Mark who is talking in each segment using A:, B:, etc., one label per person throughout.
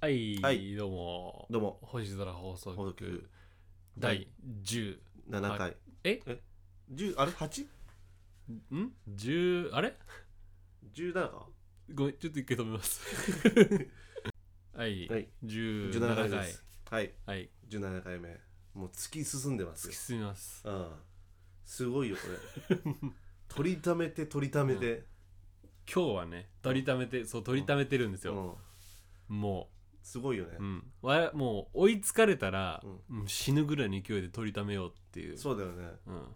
A: はい、
B: はい
A: どうも。
B: どうも
A: 星空放送
B: 放送
A: 局
B: 局
A: 第10。
B: 7回、
A: はえ
B: 10あれ 8?17
A: ん ?10、あれ
B: か
A: ごめん、ちょっと一回止め ます。はい、
B: はい
A: 17
B: 17
A: 回
B: 回ですはい
A: はい、
B: 17回目もう突き進んでます
A: 突
B: よ
A: き進みます。
B: うんすごいよこれ 取りためて取りためて、
A: 今日はね、取りためて、そう、取りためてるんです
B: うん
A: よ。も
B: すごいよね
A: う、う、ん。わもう、追いつかれたら、
B: う
A: うん死ぬぐらいの勢いで取りためようっていう。
B: そうだよね
A: うん。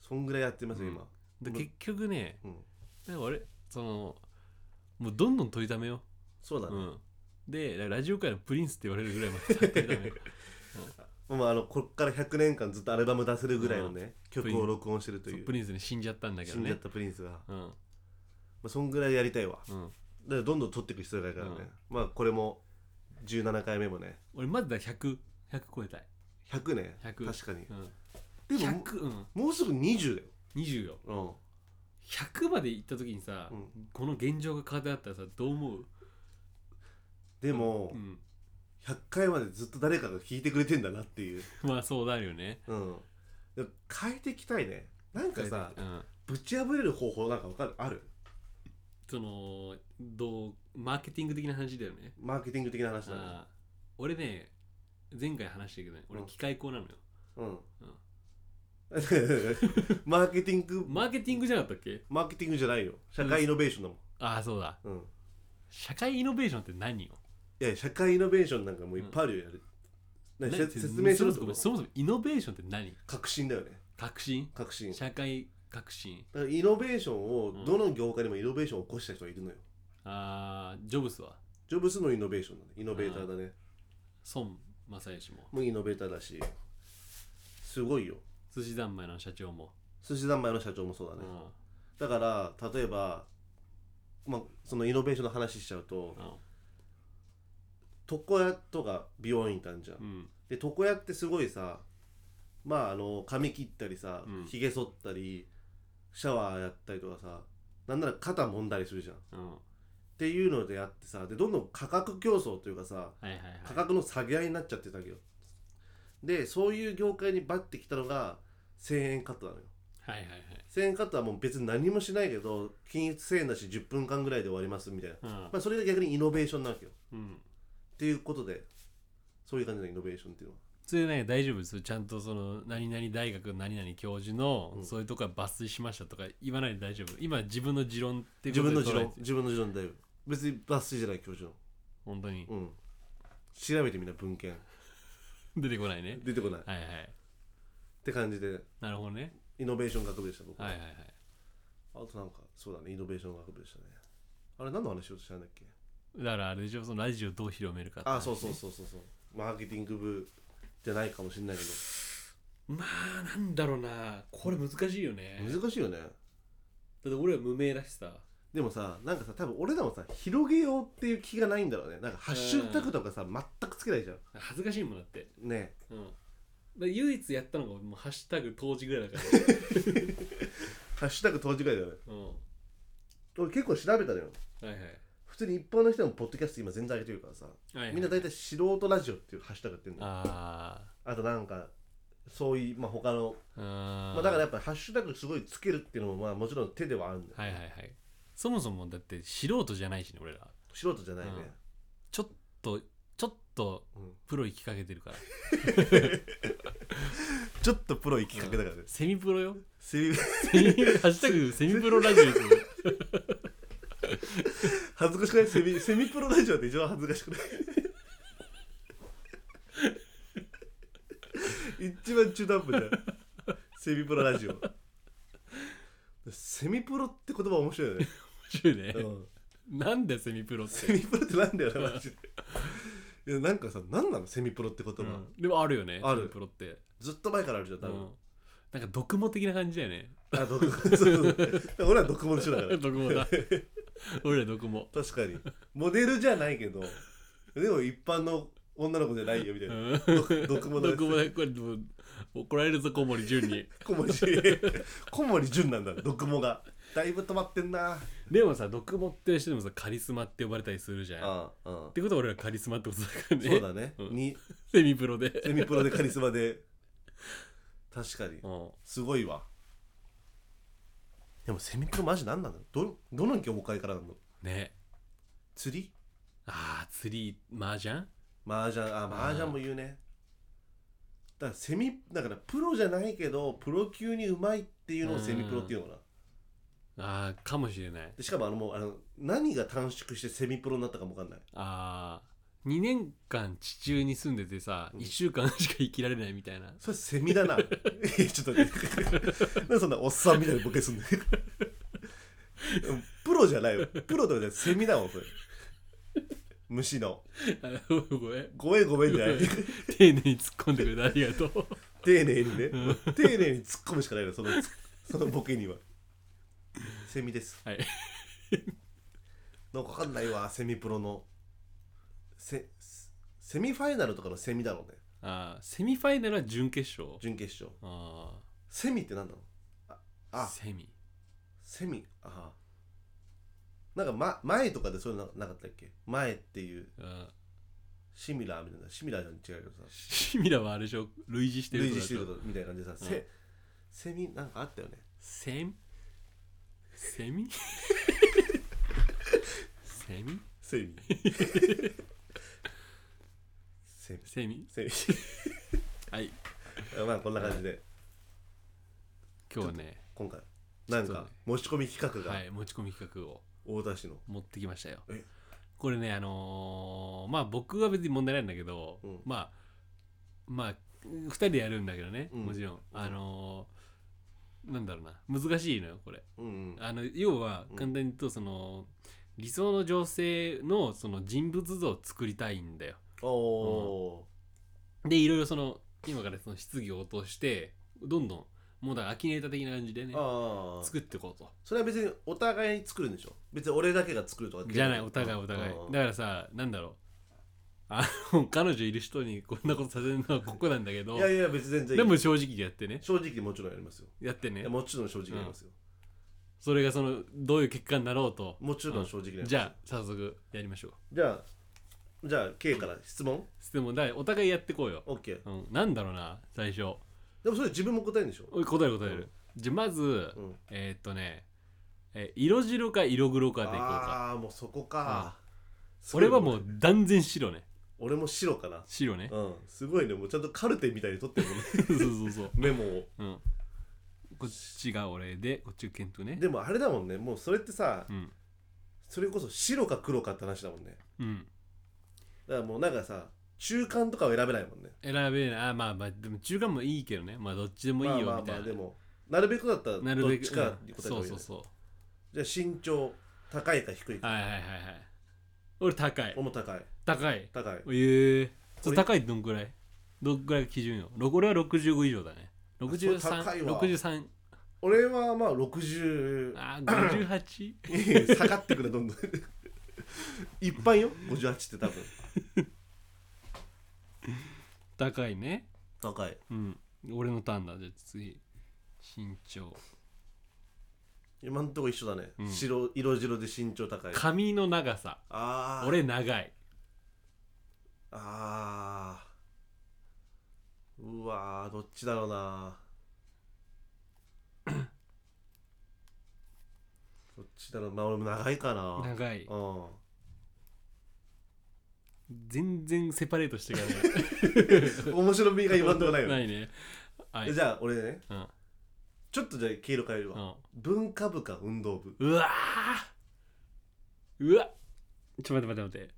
B: そんぐらいやってますよ今
A: で、
B: うん
A: 結局ね、
B: うん、
A: なんか俺、その、もうどんどん取りためよう。
B: そうだね、
A: うん、でララジオ界のプリンスって言われるぐらいまでやってたね
B: まあ、あのこっから100年間ずっとアルバム出せるぐらいのね、曲を録音してる と
A: そう
B: いう
A: プリンスに死んじゃったんだけ
B: 死
A: ど
B: んじゃ
A: ね
B: ったプリンスが、ま
A: うん
B: あ、そんぐらいやりたいわ、
A: うん、
B: だからどんどん取っていく必要があるからね、まあこれも17回目もね
A: 俺まずだ100100超えたい、
B: 100ね
A: 100
B: 確かに
A: うん、
B: でも
A: 100、うん、
B: もうすぐ20だよ
A: 20よ
B: うん
A: 100まで行った時にさ、
B: うん
A: この現状が変わってあったらさどう思う、
B: でも、
A: うん、
B: 100回までずっと誰かが聞いてくれてんだなっていう
A: まあそうなるよね
B: うんでも変えていきたいねなんかさ
A: うん、
B: ぶち破れる方法なんかわかるある
A: そのどうマーケティング的な話だよね
B: マーケティング的な話だね
A: あー俺ね前回話したけどね俺
B: うん
A: 機械工なのよ、
B: うん マーケティ ング
A: マーケティングじゃなかったっけ
B: マーケティングじゃないよ社会イノベーションだもん、
A: ああそうだ
B: うん、
A: 社会イノベーションって何よ
B: いや社会イノベーションなんかもういっぱいあるよやる、ねせ説明しろって
A: そ
B: こ
A: も
B: と
A: そもそもイノベーションって何
B: 革新だよね
A: 革新
B: 革新
A: 社会革新
B: だからイノベーションをどの業界でもイノベーションを起こした人がいるのよ
A: あージョブスは
B: ジョブスのイノベーションだねイノベーターだね
A: 孫正義も
B: もうイノベーターだしすごいよ
A: 寿司三昧の社長も、
B: 寿司三昧の社長もそうだね、
A: うん
B: だから例えばまあそのイノベーションの話しちゃうと床屋とか美容院いたんじゃん、
A: うん
B: で床屋ってすごいさまああの髪切ったりさ
A: うん
B: ひげ、剃ったりシャワーやったりとかさなんなら肩揉んだりするじゃんっ
A: うんは
B: ていうのでやってさでどんどん価格競争というかさ
A: いはいはい
B: 価格の下げ合いになっちゃってたわけどでそういう業界にバッてきたのが1000円カットなのよ
A: はいはい
B: 1000円カットはもう別に何もしないけど均一1000円だし10分間ぐらいで終わりますみたいな、
A: はい
B: まあ、それが逆にイノベーションなわけよ
A: うん、うん、
B: っていうことでそういう感じのイノベーションっていうのは
A: それね大丈夫ですちゃんとその何々大学何々教授の、
B: うん
A: そういうとこは抜粋しましたとか言わないで大丈夫今自分の持論ってこ
B: 自
A: と
B: 分
A: で
B: の持
A: 捉え
B: 論
A: て
B: 自分の持論だよ別に抜粋じゃない教授
A: 本当に
B: のうん調べてみな文献
A: 出てこないね
B: 出てこないっ
A: はいはい
B: て感じで
A: なるほどね
B: イノベーション学部でした僕は、
A: はいはいはい
B: あとなんかそうだねイノベーション学部でしたねあれ何の話しようとしたんだっけ
A: だからあれでしょそのラジオどう広めるかって話
B: あそうそうそうそうそうマーケティング部じゃないかもしれないけ
A: まあなんだろうなこれ難しいよねだ
B: ど難しいよね
A: って俺は無名だしさ
B: でもさなんかさ多分俺らもさ広げようっていう気がないんだろうねなんかハッシュタグとかさ全くつけないじゃん
A: 恥ずかしいもんだって
B: ね
A: うんだから唯一やったのがもうハッシュタグ当時ぐらいだから、
B: ハッシュタグ当時ぐらいだよね
A: うん、は
B: 俺結構調べたのよ
A: いはい
B: 普通に一般の人もポッドキャスト今全然上げてるからさ
A: はいはい
B: みんな大体素人ラジオっていうハッシュタグやってるのよ
A: あ
B: あとなんかそういうまあ他の
A: ーあ
B: まあだからやっぱハッシュタグすごいつけるっていうのもまあもちろん手ではあるんだよ
A: はいはいはいそもそもだって素人じゃないしね俺ら
B: 素人じゃないね
A: ちょっとちょっと
B: うん
A: プロ行きかけてるから
B: ちょっとプロ行きかけだからね
A: セミプロ よ
B: セミ
A: セミハッシュタグセミプロラジオですよ
B: 恥ずかしくないセミセミプロラジオって一番恥ずかしくない 一番中途半端じゃんセミプロラジオセミプロって言葉面白いよね、
A: 面白いね
B: うん
A: なんだよセミプロって
B: セミプロってなんだよなマジでいやなんかさ何なのセミプロって言葉、
A: うんでもあるよね
B: ある
A: セミプロって
B: ずっと前からあるじゃん多
A: う
B: 分、
A: んなんか毒も的な感じだよね。
B: あ毒 そうそう俺は毒物師匠 だから
A: 毒もだ。俺ら毒も。
B: 確かにモデルじゃないけどでも一般の女の子じゃないよみたいな、
A: うん
B: 毒毒もだ
A: 毒もだ。これも う怒られるぞ、小森純に。
B: 小森小森純なんだ毒もがだいぶ止まってんな
A: でもさ毒持ってる人でもさカリスマって呼ばれたりするじゃんっ
B: うんうん
A: てことは俺らカリスマってことだからね
B: そうだね、
A: うん
B: に
A: セミプロ で
B: セミプロでカリスマで確かに
A: うん
B: すごいわでもセミプロマジ何なんだろうどどの業界からなの
A: ね
B: 釣り
A: あー釣り麻雀
B: 麻雀あ
A: ー
B: 麻雀も言うねだからセミだからプロじゃないけどプロ級にうまいっていうのをセミプロっていうのかな
A: あーかもしれない
B: でしかもあのもうあの何が短縮してセミプロになったかもわかんない
A: あー2年間地中に住んでてさ
B: うん
A: 1週間しか生きられないみたい な
B: それセミだないやちょっと待ってなんでそんなおっさんみたいなボケすんの プロじゃないよプロとかじゃないセミだもんそれ虫の
A: あごめん
B: ごめんごめんじゃない
A: 丁寧に突っ込んでくれてありがとう
B: 丁寧にね
A: うん
B: 丁寧に突っ込むしかないのそのそのボケにはセミです
A: はい
B: なんかわかんないわセミプロのセセミファイナルとかのセミだろうね
A: あーセミファイナルは準決勝
B: 準決勝
A: あ
B: セミってなんだろうあ
A: あ
B: あ
A: セミ
B: セミああなんか、ま、前とかでそういうのなかったっけ前っていう
A: うん
B: シミラーみたいなシミラーじゃ違うけどさ
A: シミラはあれでしょ類似してる
B: 類
A: こと
B: 似
A: だ
B: してることみたいな感じでさ、
A: うん
B: セセミなんかあったよね
A: セミセミセミ
B: セミセミ
A: セミ
B: セミ
A: はい
B: まあこんな感じで
A: 今日はね
B: 今回なん
A: そう
B: か
A: ね
B: 持ち込み企画
A: は
B: が
A: い持ち込み企画を
B: 大田市の、
A: 持ってきましたよ
B: え
A: これねあのーまあ僕は別に問題ないんだけど、
B: うん
A: まあまあ2人でやるんだけどね、
B: うん
A: もちろんあのーなんだろうな難しいのよこれ
B: うんうん
A: あの要は
B: うん
A: 簡単に言うとその、理想の情勢のその人物像を作りたいんだよ
B: おお
A: でいろいろその今からその質疑応答してどんどんもうだからアキネーター的な感じでね
B: ー、ああ
A: 作っていこうと
B: それは別にお互いに作るんでしょ別に俺だけが作るとか
A: じゃないお互いお互いだからさなんだろうあの彼女いる人にこんなことさせるのはここなんだけど
B: いやいや別に全然い
A: で
B: い
A: も正直にやってね
B: 正直もちろんやりますよ
A: やって
B: い
A: ね
B: やもちろん正直にやりますよ、
A: それがそのどういう結果になろうと
B: もちろん正直にやります
A: じゃあ早速やりましょう
B: じゃあじゃあ K から質問
A: 質問だいお互いやってこうよ、
B: OK
A: うん、なんだろうな最初
B: でもそれ自分も答えるんでしょ
A: おい答える答え
B: う
A: る
B: ん、
A: じゃあまず、
B: うん
A: えー、っとねえ色白か色黒かでいこうか
B: ああーもうそこか、すごい
A: 俺はもう断然白ね
B: 俺も白かな
A: 白ね
B: うんすごいねもうちゃんとカルテみたいに取ってる もんね
A: そうそうそう
B: メモを
A: うんこっちが俺でこっちがケントね
B: でもあれだもんねもうそれってさ、
A: うん
B: それこそ白か黒かって話だもんね
A: うん
B: だからもうなんかさ中間とかは選べないもんね
A: 選べないあまあまあでも中間もいいけどねまあどっちでもいいよみたいな、
B: まあまあまあでもなるべくだったら
A: なる
B: どっ
A: べく
B: ちかに答え
A: うんそ
B: た方がいういよ
A: そう
B: ね
A: そ
B: じゃあ身長高いか低いうか
A: はいはいはいはい俺高い
B: 俺も高い
A: 高い
B: 高い
A: ええ
B: これ
A: 高いってどんくらいどんくらいが基準よろ俺は65以上だね
B: あそれ高いわ
A: 6363
B: 俺はまあ60
A: あー 58?
B: 下がってくれどんどん一般よ58って多分
A: 高いね
B: 高い
A: うん俺のターンだじゃあ次身長
B: 今んとこ一緒だね、
A: うん
B: 白色白で身長高い
A: 髪の長さ
B: あー
A: 俺長い
B: あーうわーどっちだろ うなどっちだろうまあ俺も長いかな
A: 長い
B: うん
A: 全然セパレートしていかない
B: 面白みが今んとこないよ、
A: ないねはい
B: じゃあ俺ね
A: うん
B: ちょっとじゃあ毛色変えるわ、
A: うん
B: 文化部か運動部
A: うわーうわちょっと待って待って待って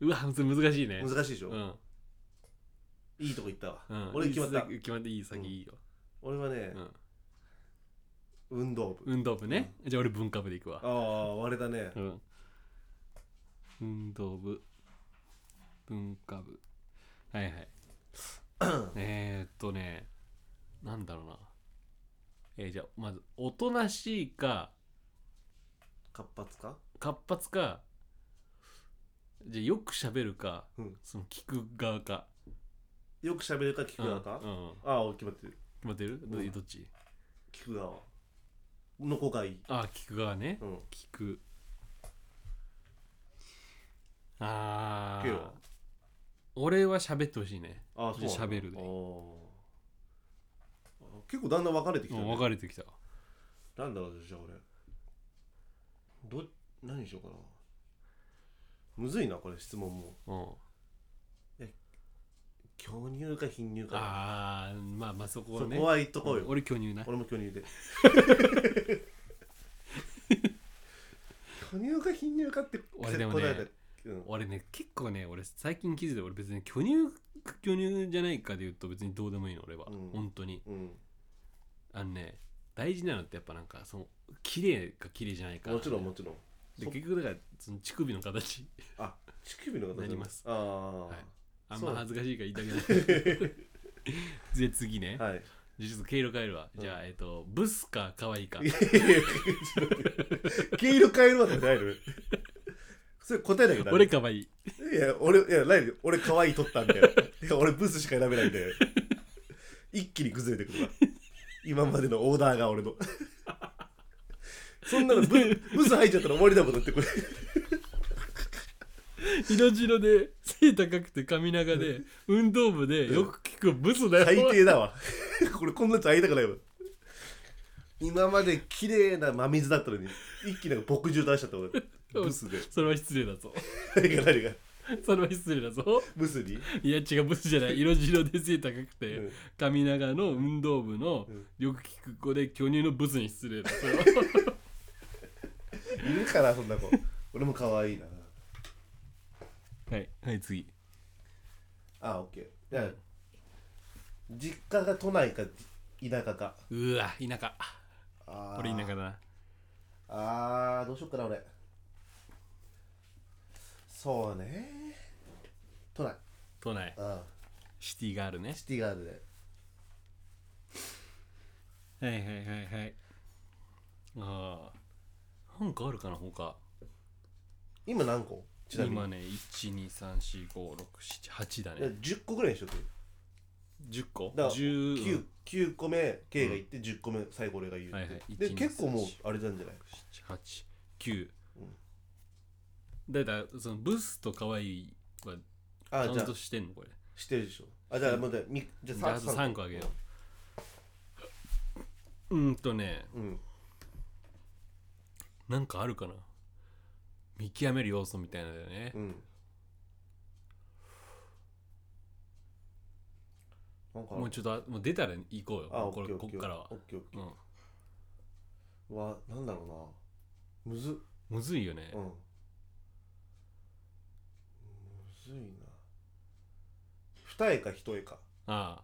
A: うわそれ難しいね
B: 難しいでしょ、
A: うん
B: いいとこ行ったわ、
A: うん
B: 俺決まった
A: いい決まっていい先いいよ、
B: 俺はね
A: う、ん
B: 運動部
A: 運動部ね、じゃあ俺文化部で行くわ
B: あああれだね
A: うん運動部文化部はい はいえーっとねなんだろうなえーじゃあまずおとなしいか
B: 活発か
A: 活発かじゃあよく喋るか、
B: うん
A: その聞く側か
B: よく喋るか聞く側か、
A: うんうん
B: ああ俺決まってる
A: 待ってる、ど
B: うん
A: どっち
B: 聞く側の子がいい、
A: あ聞く側ね
B: うん、
A: 聞くあ
B: 聞く
A: ー
B: よ
A: 俺は喋ってほしいね
B: ああ
A: 喋るで
B: 結構だんだん分かれてき
A: う
B: た、
A: ん
B: ね、
A: 分かれてきた
B: なんだろうじゃあ俺ど何にしようかなむずいなこれ質問も
A: うん
B: 巨乳か貧乳か
A: あーまあまあそこは
B: そ
A: ね
B: こは言っとこうよ、
A: うん俺巨乳な
B: 俺も巨乳 で巨乳か貧乳かって
A: 俺でもね
B: 答えたうん、
A: 俺ね結構ね俺最近気づいて俺別に巨乳巨乳じゃないかで言うと別にどうでもいいの俺は、
B: うん
A: 本当に
B: うん
A: あのね大事なのってやっぱなんかその綺麗か綺麗じゃないか
B: もちろんもちろん
A: で結局だからその乳首の形
B: あ乳首の形
A: なります
B: ああ
A: はいあん
B: そう
A: ま恥ずかしいから言い たく ないで次ね、
B: はい、はい
A: じゃあちょっと毛色変えるわ、じゃあえっとブスか可愛いか
B: いやいやいやちょっと待って毛色変えるわけない のそれ答えなきゃダメ
A: 俺可愛い
B: いや俺いやライブ俺可愛い取ったんだよいや俺ブスしか選べないん だよ一気に崩れてくるわ今までのオーダーが 俺のそんなのブブス入っちゃったら終わりだもんだってこれ
A: 色白で背高くて髪長で運動部でよく聞くブスだよ
B: 最低だわこれこんなやつ会いたくないわ今まで綺麗な真水だったのに一気になんか墨汁出しちゃった俺ブスで
A: それは失礼だぞ
B: 何が何が
A: それは失礼だぞ
B: ブスに、
A: いや違うブスじゃない色白で背高くて、
B: うん
A: 髪長の運動部の
B: うん
A: よく聞く子で巨乳のブスに失礼だそれ は
B: いるからそんな子俺も可愛いな
A: はいはい次
B: あオッケーじゃあ実家が都内か田舎か
A: うわ田舎
B: あー
A: これ田舎だな
B: あーどうしよっかな俺そうね都内
A: 都内
B: うん
A: シティがあるね
B: シティガールで
A: はいはいはいはいああなんかあるかな他
B: 今何個ちなみに
A: 今ね123456778だ
B: いや
A: ね
B: 10個ぐらいにしとく
A: 10個
B: だから
A: 10
B: 9, 9個目 K が言って10個目最後俺が言うって、
A: はいはい
B: で
A: 1
B: 結構もう
A: 2 3 4
B: あれなんじゃない
A: 789だからそのブスと可愛いは
B: あ
A: カウ
B: じゃ
A: ン
B: あ
A: トしてんのこれ
B: してるでしょあじゃあまだみじゃ
A: じゃああと
B: 三
A: 3個あげよううんとね
B: ううん
A: なんかあるかな見極める要素みたいなのだよね
B: うんなんか
A: もうちょっとあもう出たら行こうよ
B: あ
A: もう
B: オ
A: こ
B: ッ
A: れ
B: ケーオ
A: こ
B: ッケ
A: っ
B: ー
A: からは
B: オッケーオッケ
A: う
B: ー
A: ん
B: うわなんだろうなむずっ
A: むずいよね
B: うんむずいな二重か一重か
A: あ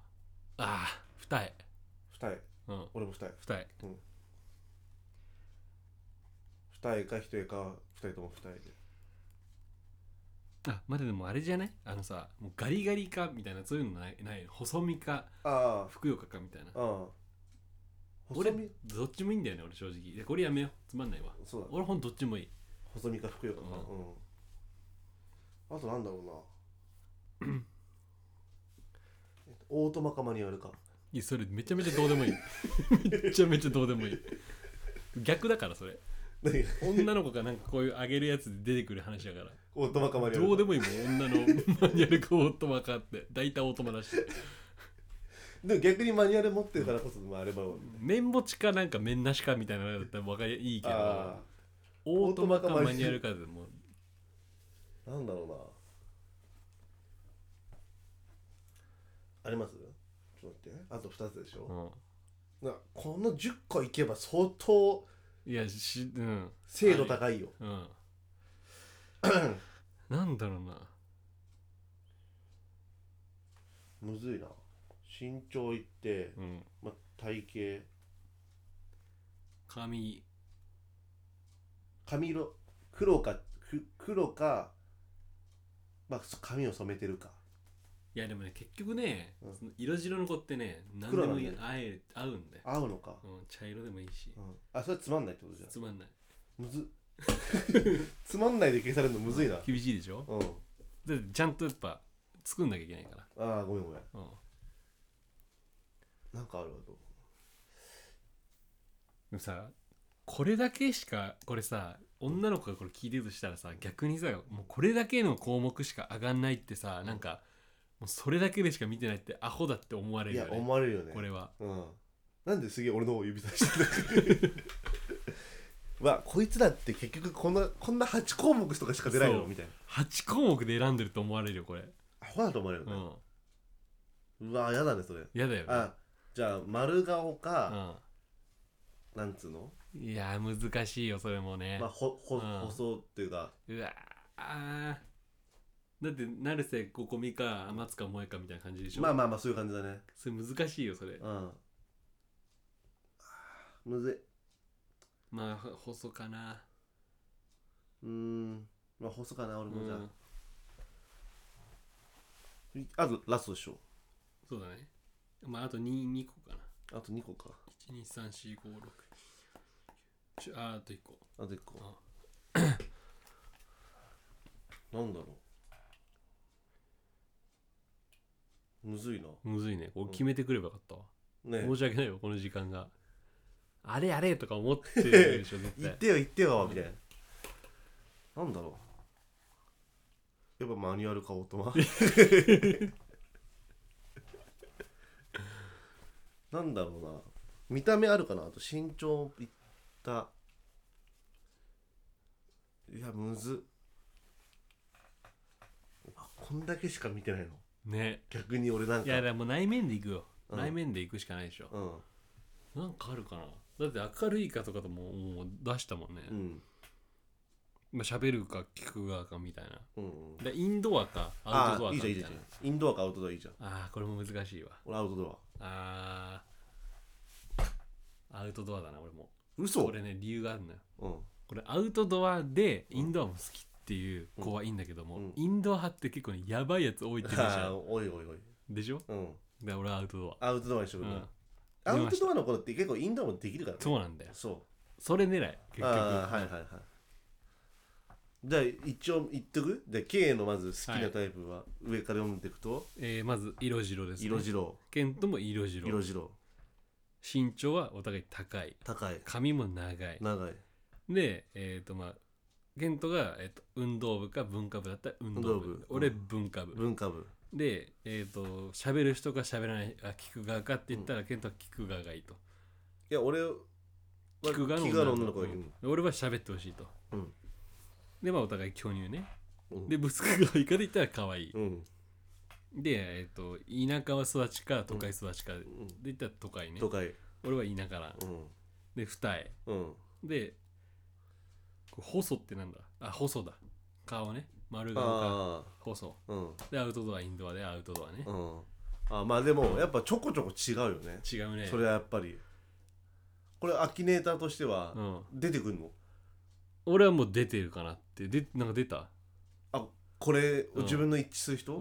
A: あああ二重
B: 二重
A: うん
B: 俺も二重
A: 二重
B: 二重か一重か二人とも二重で
A: あまだでもあれじゃないあのさもうガリガリかみたいなそういうのないない細身か
B: あ
A: ふくよかかみたいな
B: あああ細
A: 俺
B: 身
A: どっちもいいんだよね俺正直いやこれやめようつまんないわ
B: そうだね
A: 俺ほんとどっちもいい
B: 細身かふくよかか
A: う
B: うんんあとなんだろうなオートマかマニュアルか
A: いやそれめちゃめちゃどうでもいいめちゃめちゃどうでもいい逆だからそれ
B: 何が
A: 女の子がなんかこういうあげるやつで出てくる話だから
B: オートマかマニュアル
A: どうで
B: も
A: もいいもん女のマニュアルがオートマかって大体オートマだし
B: でも逆にマニュアル持ってるからこそ、まあ、あれば
A: 面持ちかなんか面なしかみたいなのだったら分かりいいけど
B: あ
A: オートマかマニュアルかでもう
B: あなんだろうなありますちょっと待ってあと2つでしょ、なこの10個いけば相当
A: いやしうん
B: 精度高いよ、
A: うん、なんだろうな
B: むずいな身長いって、
A: うん
B: まあ、体型
A: 髪
B: 髪色黒かく黒か、まあ、そ髪を染めてるか
A: いやでもね結局ね、
B: うん
A: その色白の子ってね何で
B: 黒なん
A: も
B: だ
A: い
B: よ
A: い合え合うんだよ、
B: 合うのか、
A: うん、茶色でもいいし
B: うんあそれつまんないってことじゃん
A: つまんない
B: むずっ つまんないで消されるのむずいな
A: 厳しいでしょ
B: うん
A: だってちゃんとやっぱ作んなきゃいけないから、
B: ああごめんごめん
A: うん、
B: なんかあるわと
A: でもさこれだけしかこれさ女の子がこれ聞いてるとしたらさ逆にさもうこれだけの項目しか上がんないってさなんかもうそれだけでしか見てないってアホだって思われ
B: い
A: るよ
B: や
A: ね
B: 思われるよね
A: これは
B: うんなんですげえ俺の方を指さしてる わこいつらって結局こんなこんな8項目とかしか出ないの
A: そう
B: みたいな
A: 8項目で選んでると思われるよこれ
B: アホだと思われる
A: う
B: よね、
A: ん
B: うわやだねそれ
A: 嫌だよね
B: あじゃあ丸顔か、なんつうの
A: うんいや難しいよそれもね
B: まあほほ、
A: うん
B: 細っていうか
A: うわあだって成瀬ここみか松か萌えかみたいな感じでしょ
B: まあまあまあそういう感じだね
A: それ難しいよそれ
B: うんあーむず
A: まあほ細かない
B: いうーんまあ細かな俺
A: う
B: もじゃあ、
A: ん
B: あとラストでしょ
A: そうだねまああと 2, 2個かな
B: あと2個か
A: 12345ちょあーあと1個
B: あと1個
A: あ
B: なんだろうむずいな
A: むずいねこれ決めてくればよかったわ、
B: ねえ
A: 申し訳ないよこの時間があれあれとか思ってるでしょ絶
B: 言っ
A: 対
B: てよ言ってよみたいな、なんだろうやっぱマニュアル買おう とはなんだろうな見た目あるかなあと身長いったいやむずあこんだけしか見てないの
A: ね
B: 逆に俺なん
A: い
B: か
A: やでもう内面でいくよ、
B: うん
A: 内面でいくしかないでしょ、
B: うん
A: なんかあるかなだって明るいかとかとももう出したもんね、
B: うん
A: まあ喋るか聞く側かみたいな
B: うんうん
A: でインドアかア
B: あ
A: ウトドア
B: あ
A: か
B: い
A: み
B: いじ
A: た
B: ゃん
A: い
B: いいじ
A: な
B: ゃんいいじゃんインドアかアウトドアいいじゃん
A: あーこれも難しいわ
B: 俺アウトドア
A: あーアウトドアだな俺も
B: 嘘
A: これね理由があるのよ
B: うん
A: これアウトドアでインドアも好きっていう子はいいんだけども、
B: うん
A: インドア派って結構ねやばいやつ多いって言うじゃ
B: あー
A: ん
B: おいおいおい
A: でしょ
B: うん
A: だから俺はアウトド
B: アウトドアにして
A: ア、
B: く
A: う
B: れ
A: ん、
B: アウトドアの頃って結構インドアもできるからね
A: そうなんだよ
B: そ
A: それ狙い結
B: う
A: 局
B: ああはいはいはいじゃあ一応言っとくで K のまず好きなタイプは上から読んでいくと
A: えーまず色白です、ね、
B: 色白
A: ケントも色白
B: 色白
A: 身長はお互い高い
B: 高い
A: 髪も長い
B: 長い
A: でえっ、とまあケントが、えー、と運動部か文化部だったら運動部
B: 運動部
A: 俺
B: うん
A: 文化部、
B: 文化部
A: でえっ、と喋る人か喋らないあ聞く側かって言ったら、ケントは聞く側がいいと
B: いや俺は
A: 聞く側の
B: 聞
A: 女の子
B: く側の女の子がい
A: うん
B: る
A: 俺は喋ってほしいと
B: うん
A: でまあお互い巨乳ね
B: うん
A: でぶつかる側いかで言ったら可愛い
B: うん
A: でえっ、と田舎は育ちか都会育ちかで
B: うん
A: 言ったら都会ね
B: 都会
A: 俺は田舎な
B: うん
A: で二重
B: うん
A: でこう細ってなんだあ細だ顔ね丸顔か
B: ああ
A: 細
B: うん
A: でアウトドアインドアでアウトドアね
B: うんあまあでもやっぱちょこちょこ違うよね
A: 違うね
B: それはやっぱりこれアキネーターとしては
A: うん、
B: 出てくるの
A: 俺はもう出てるかなってでなんか出た、
B: あこれ
A: うん
B: 自分の一致する人、
A: う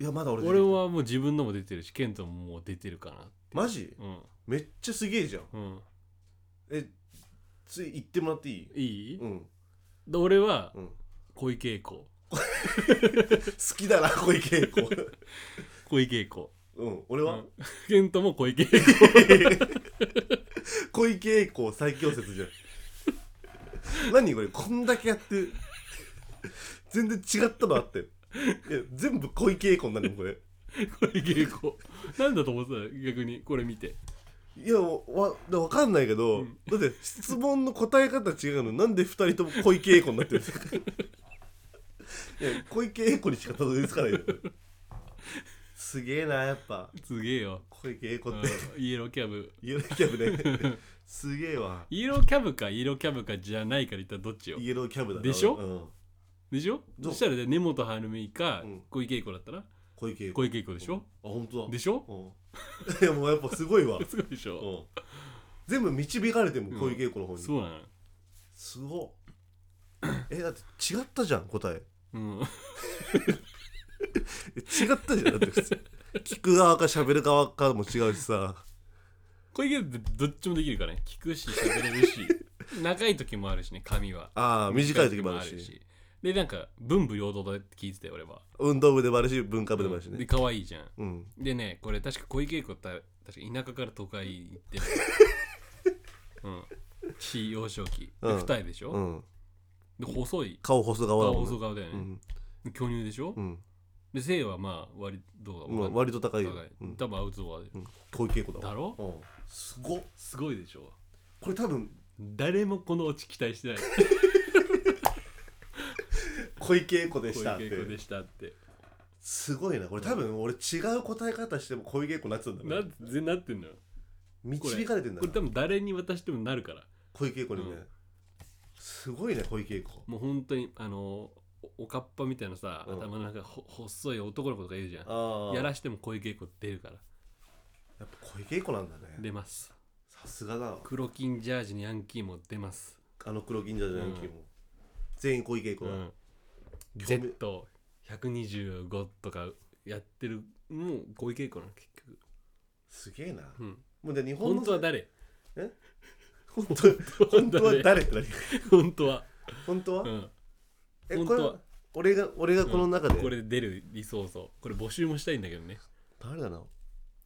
B: い
A: ん、
B: やまだ俺出て
A: 俺
B: る
A: はもう自分のも出てるしケントももう出てるかな
B: マジ
A: うん
B: めっちゃすげえじゃん
A: うん
B: えつい言ってもらっていい
A: いい、
B: うん、
A: で俺は
B: うん、好
A: 小池栄子
B: きだな小池栄子
A: 小池栄子、
B: うん俺
A: う
B: は、
A: ん、ケントも小池栄 子
B: 小池栄子最強説じゃん 何これこんだけやって 全然違ったのあっていや全部小池栄子になるもんこれ
A: 小池栄子なんだと思ってたの逆にこれ見て
B: いやわでわかんないけど、
A: うん
B: だって質問の答え方違うのになんで2人とも小池栄子になってるんですかいや小池栄子にしかたどり着かないよすげえなやっぱ
A: すげえよ、
B: 小池栄子
A: う
B: っ
A: ん
B: て、
A: イエローキャブ
B: イエローキ ャブねすげえわ
A: イエローキャブかイエローキャブかじゃないから言ったらどっちよ
B: イエローキャブだな
A: でしょ
B: うん、
A: でしょそ
B: ど
A: うしたらで根本晴美か
B: うん
A: 小池栄子だったら
B: 小池栄子
A: 小池栄子でしょ
B: あ本当だ
A: でしょ
B: うん、いや もうやっぱすご いわ、うん、
A: すごいでしょ
B: 全部導かれても
A: うん
B: 小池栄子の方に、
A: そうなの
B: すごっえだって違ったじゃん答え
A: うん
B: え違ったじゃんだって普通聞く側か喋る側かも違うしさ
A: 小池栄子ってどっちもできるからね聞くし喋れ るし長い時もあるしね髪は
B: ああ短い時もあるし
A: でなんか文武両道だって聞いてたよ俺は
B: 運動部でもあるし文化部でもあるし
A: で
B: ね
A: 可愛いじゃん
B: うん
A: でね これ確か小池栄子って確か田舎から都会行ってるうん非幼少期で
B: うん
A: 二重でしょ、
B: うん
A: で細い
B: 顔細顔だもん
A: 細
B: ね
A: 顔だよね
B: う、ん
A: で巨乳でしょ、
B: うん
A: で性はまあ割どうだわ
B: まあ
A: かんない
B: 割と高いよ
A: 高い
B: うん
A: 多分アウトドアで、
B: うん小池恵子だわ
A: だろ
B: うんすごっ
A: すごいでしょ
B: これ多分
A: 誰もこのオチ期待してない
B: 小池恵子でしたっ
A: 小池子
B: て
A: でしたって
B: すごいなこれ多分俺違う答え方しても小池恵子になってたんだか
A: な
B: ら
A: ぜなってんのよ
B: 導かれてんだ
A: これ多
B: な
A: 分誰に渡してもなるから
B: 小池恵子に
A: う
B: ね
A: ん
B: すごいね小池恵子
A: もう本当にあのおおかっぱみたいなさ、
B: うん
A: 頭の中ほ細い男の子とか言うじゃん
B: ああ
A: や
B: やっ
A: らしても小池栄子出るから
B: ぱ小池恵子なんだね
A: 出ます
B: さすがだわ
A: 黒金ジャージにヤンキーも出ます、
B: あの黒銀座じゃないけど全員小池恵子
A: う
B: だ
A: ん、
B: 興味
A: Z125 とかやってるもう小池栄子なの結局、
B: すげえな
A: うん、
B: もうで日本の
A: 本当は誰
B: 本 当本当は
A: 誰
B: 誰って何
A: 本当 は、
B: 本当
A: う
B: は
A: ん、
B: え
A: 本
B: こ
A: 当
B: れ
A: は
B: 俺が俺がこの中で
A: これ出る理想像これ募集もしたいんだけどね
B: 誰だな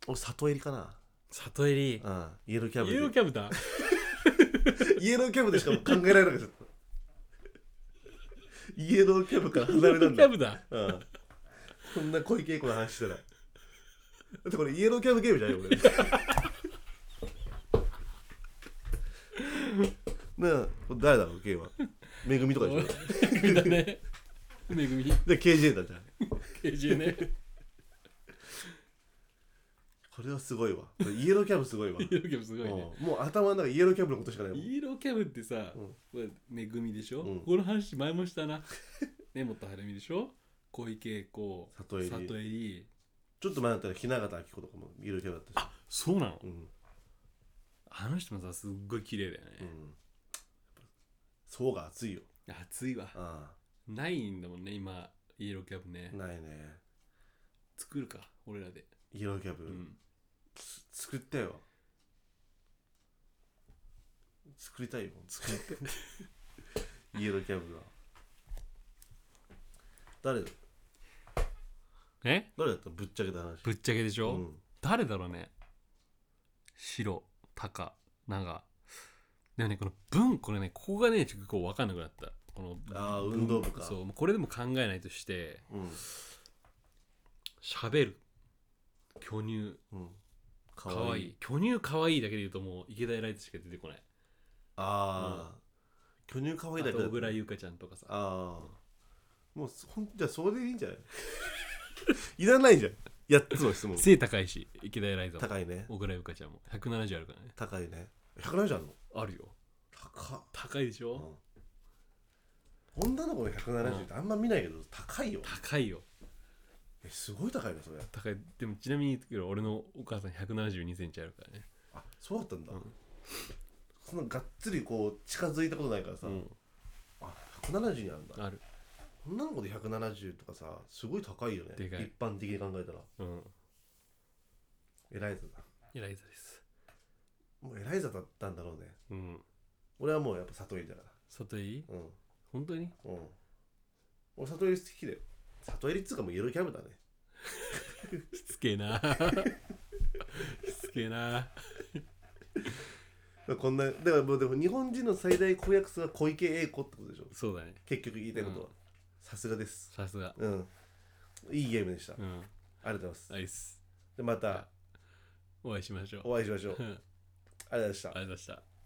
B: 俺里襟かな
A: 里襟
B: うんイエローキャ
A: イエロー
B: ブ
A: キャブだ
B: でイエローキャブでしかもう考えられなかったイエローキャブから離れ
A: イエ
B: た
A: ロ
B: ん
A: ーキャ
B: だ
A: ブだ
B: うんこんな小池栄子の話したらだってこれイエローキャブゲームじゃないよ 俺なあこれ誰だろうゲームはめぐみとかでしょ
A: めぐみだねめぐみ
B: で KJ だじゃん
A: KJ ね
B: これはすごいわこれイエローキャブすごいわ
A: イエローキャブすごいね。
B: うんもう頭の中イエローキャブのことしかないもん
A: イエローキャブってさ、
B: うん
A: まあめぐみでしょ、
B: うん
A: この話前もしたな。根本晴美でしょ小池栄子、
B: 里襟
A: 里襟。
B: ちょっと前だったら雛形明子とかもイエローキャブだったし
A: あそうなの
B: うん
A: あの人もさ、すっごい綺麗だよ
B: う
A: ね。
B: ん層が厚いよ
A: 暑いわ。
B: あ
A: ないんだもんね、今、イエローキャブね
B: あ。ないね
A: 作るか、俺らで。
B: イエローキャブ、
A: うん。
B: つ作ったよ作りたいよ作り たいイエローキャブが誰だ
A: え
B: 誰だったぶっちゃけた話
A: ぶっちゃけでしょ、
B: うん
A: 誰だろうね白、高、長。でもね、この文、これね、ここがね、ちょっとこう分かんなくなった。この
B: ああ運動部か
A: そうもうこれでも考えないとして
B: うん
A: 喋る巨乳
B: うんか
A: かわいい巨乳かわいいだけで言うともう池田エライトしか出てこない
B: ああ、巨乳かわいい
A: あ
B: だけ
A: と
B: だ
A: 小倉優香ちゃんとかさ
B: ああもうほんじゃあそれでいいんじゃない いらないじゃんやつの質問
A: 背高いし池田エライトも
B: 高いね
A: 小倉優香ちゃんも170あるからね
B: 高いね170あるの
A: あるよ
B: 高っ
A: 高いでしょ、
B: うん女の子の170ってあんま見ないけど高いよ
A: 高いよ
B: えすごい高いねそれ
A: 高いでもちなみに言うけど俺のお母さん1 7 2センチあるからね
B: あそうだったんだ、
A: うん
B: そんながっつりこう近づいたことないからさ、
A: うん
B: あ170にあるんだ
A: ある
B: 女の子で170とかさすごい高いよね
A: でかい
B: 一般的に考えたら
A: うん
B: エライザだ
A: エライトです
B: もうエライザだったんだろうね
A: うん
B: 俺はもうやっぱ里井だか
A: 里井
B: らうん
A: 本当に
B: うん。俺、里襟好きだよ。里襟っつうかもうイエローキャブだね。
A: しつけえなしつけえな
B: こんな、だからもうでも日本人の最大公約数は小池栄子ってことでしょ。
A: そうだね
B: 結局言いたいことは。さすがです。
A: さすが
B: うん。いいゲームでした。あ
A: うん
B: りがとうございます。
A: ナイス
B: で、また
A: お会いしましょう
B: お会いしましょう。ありがとうございました
A: うん。ありがとうございました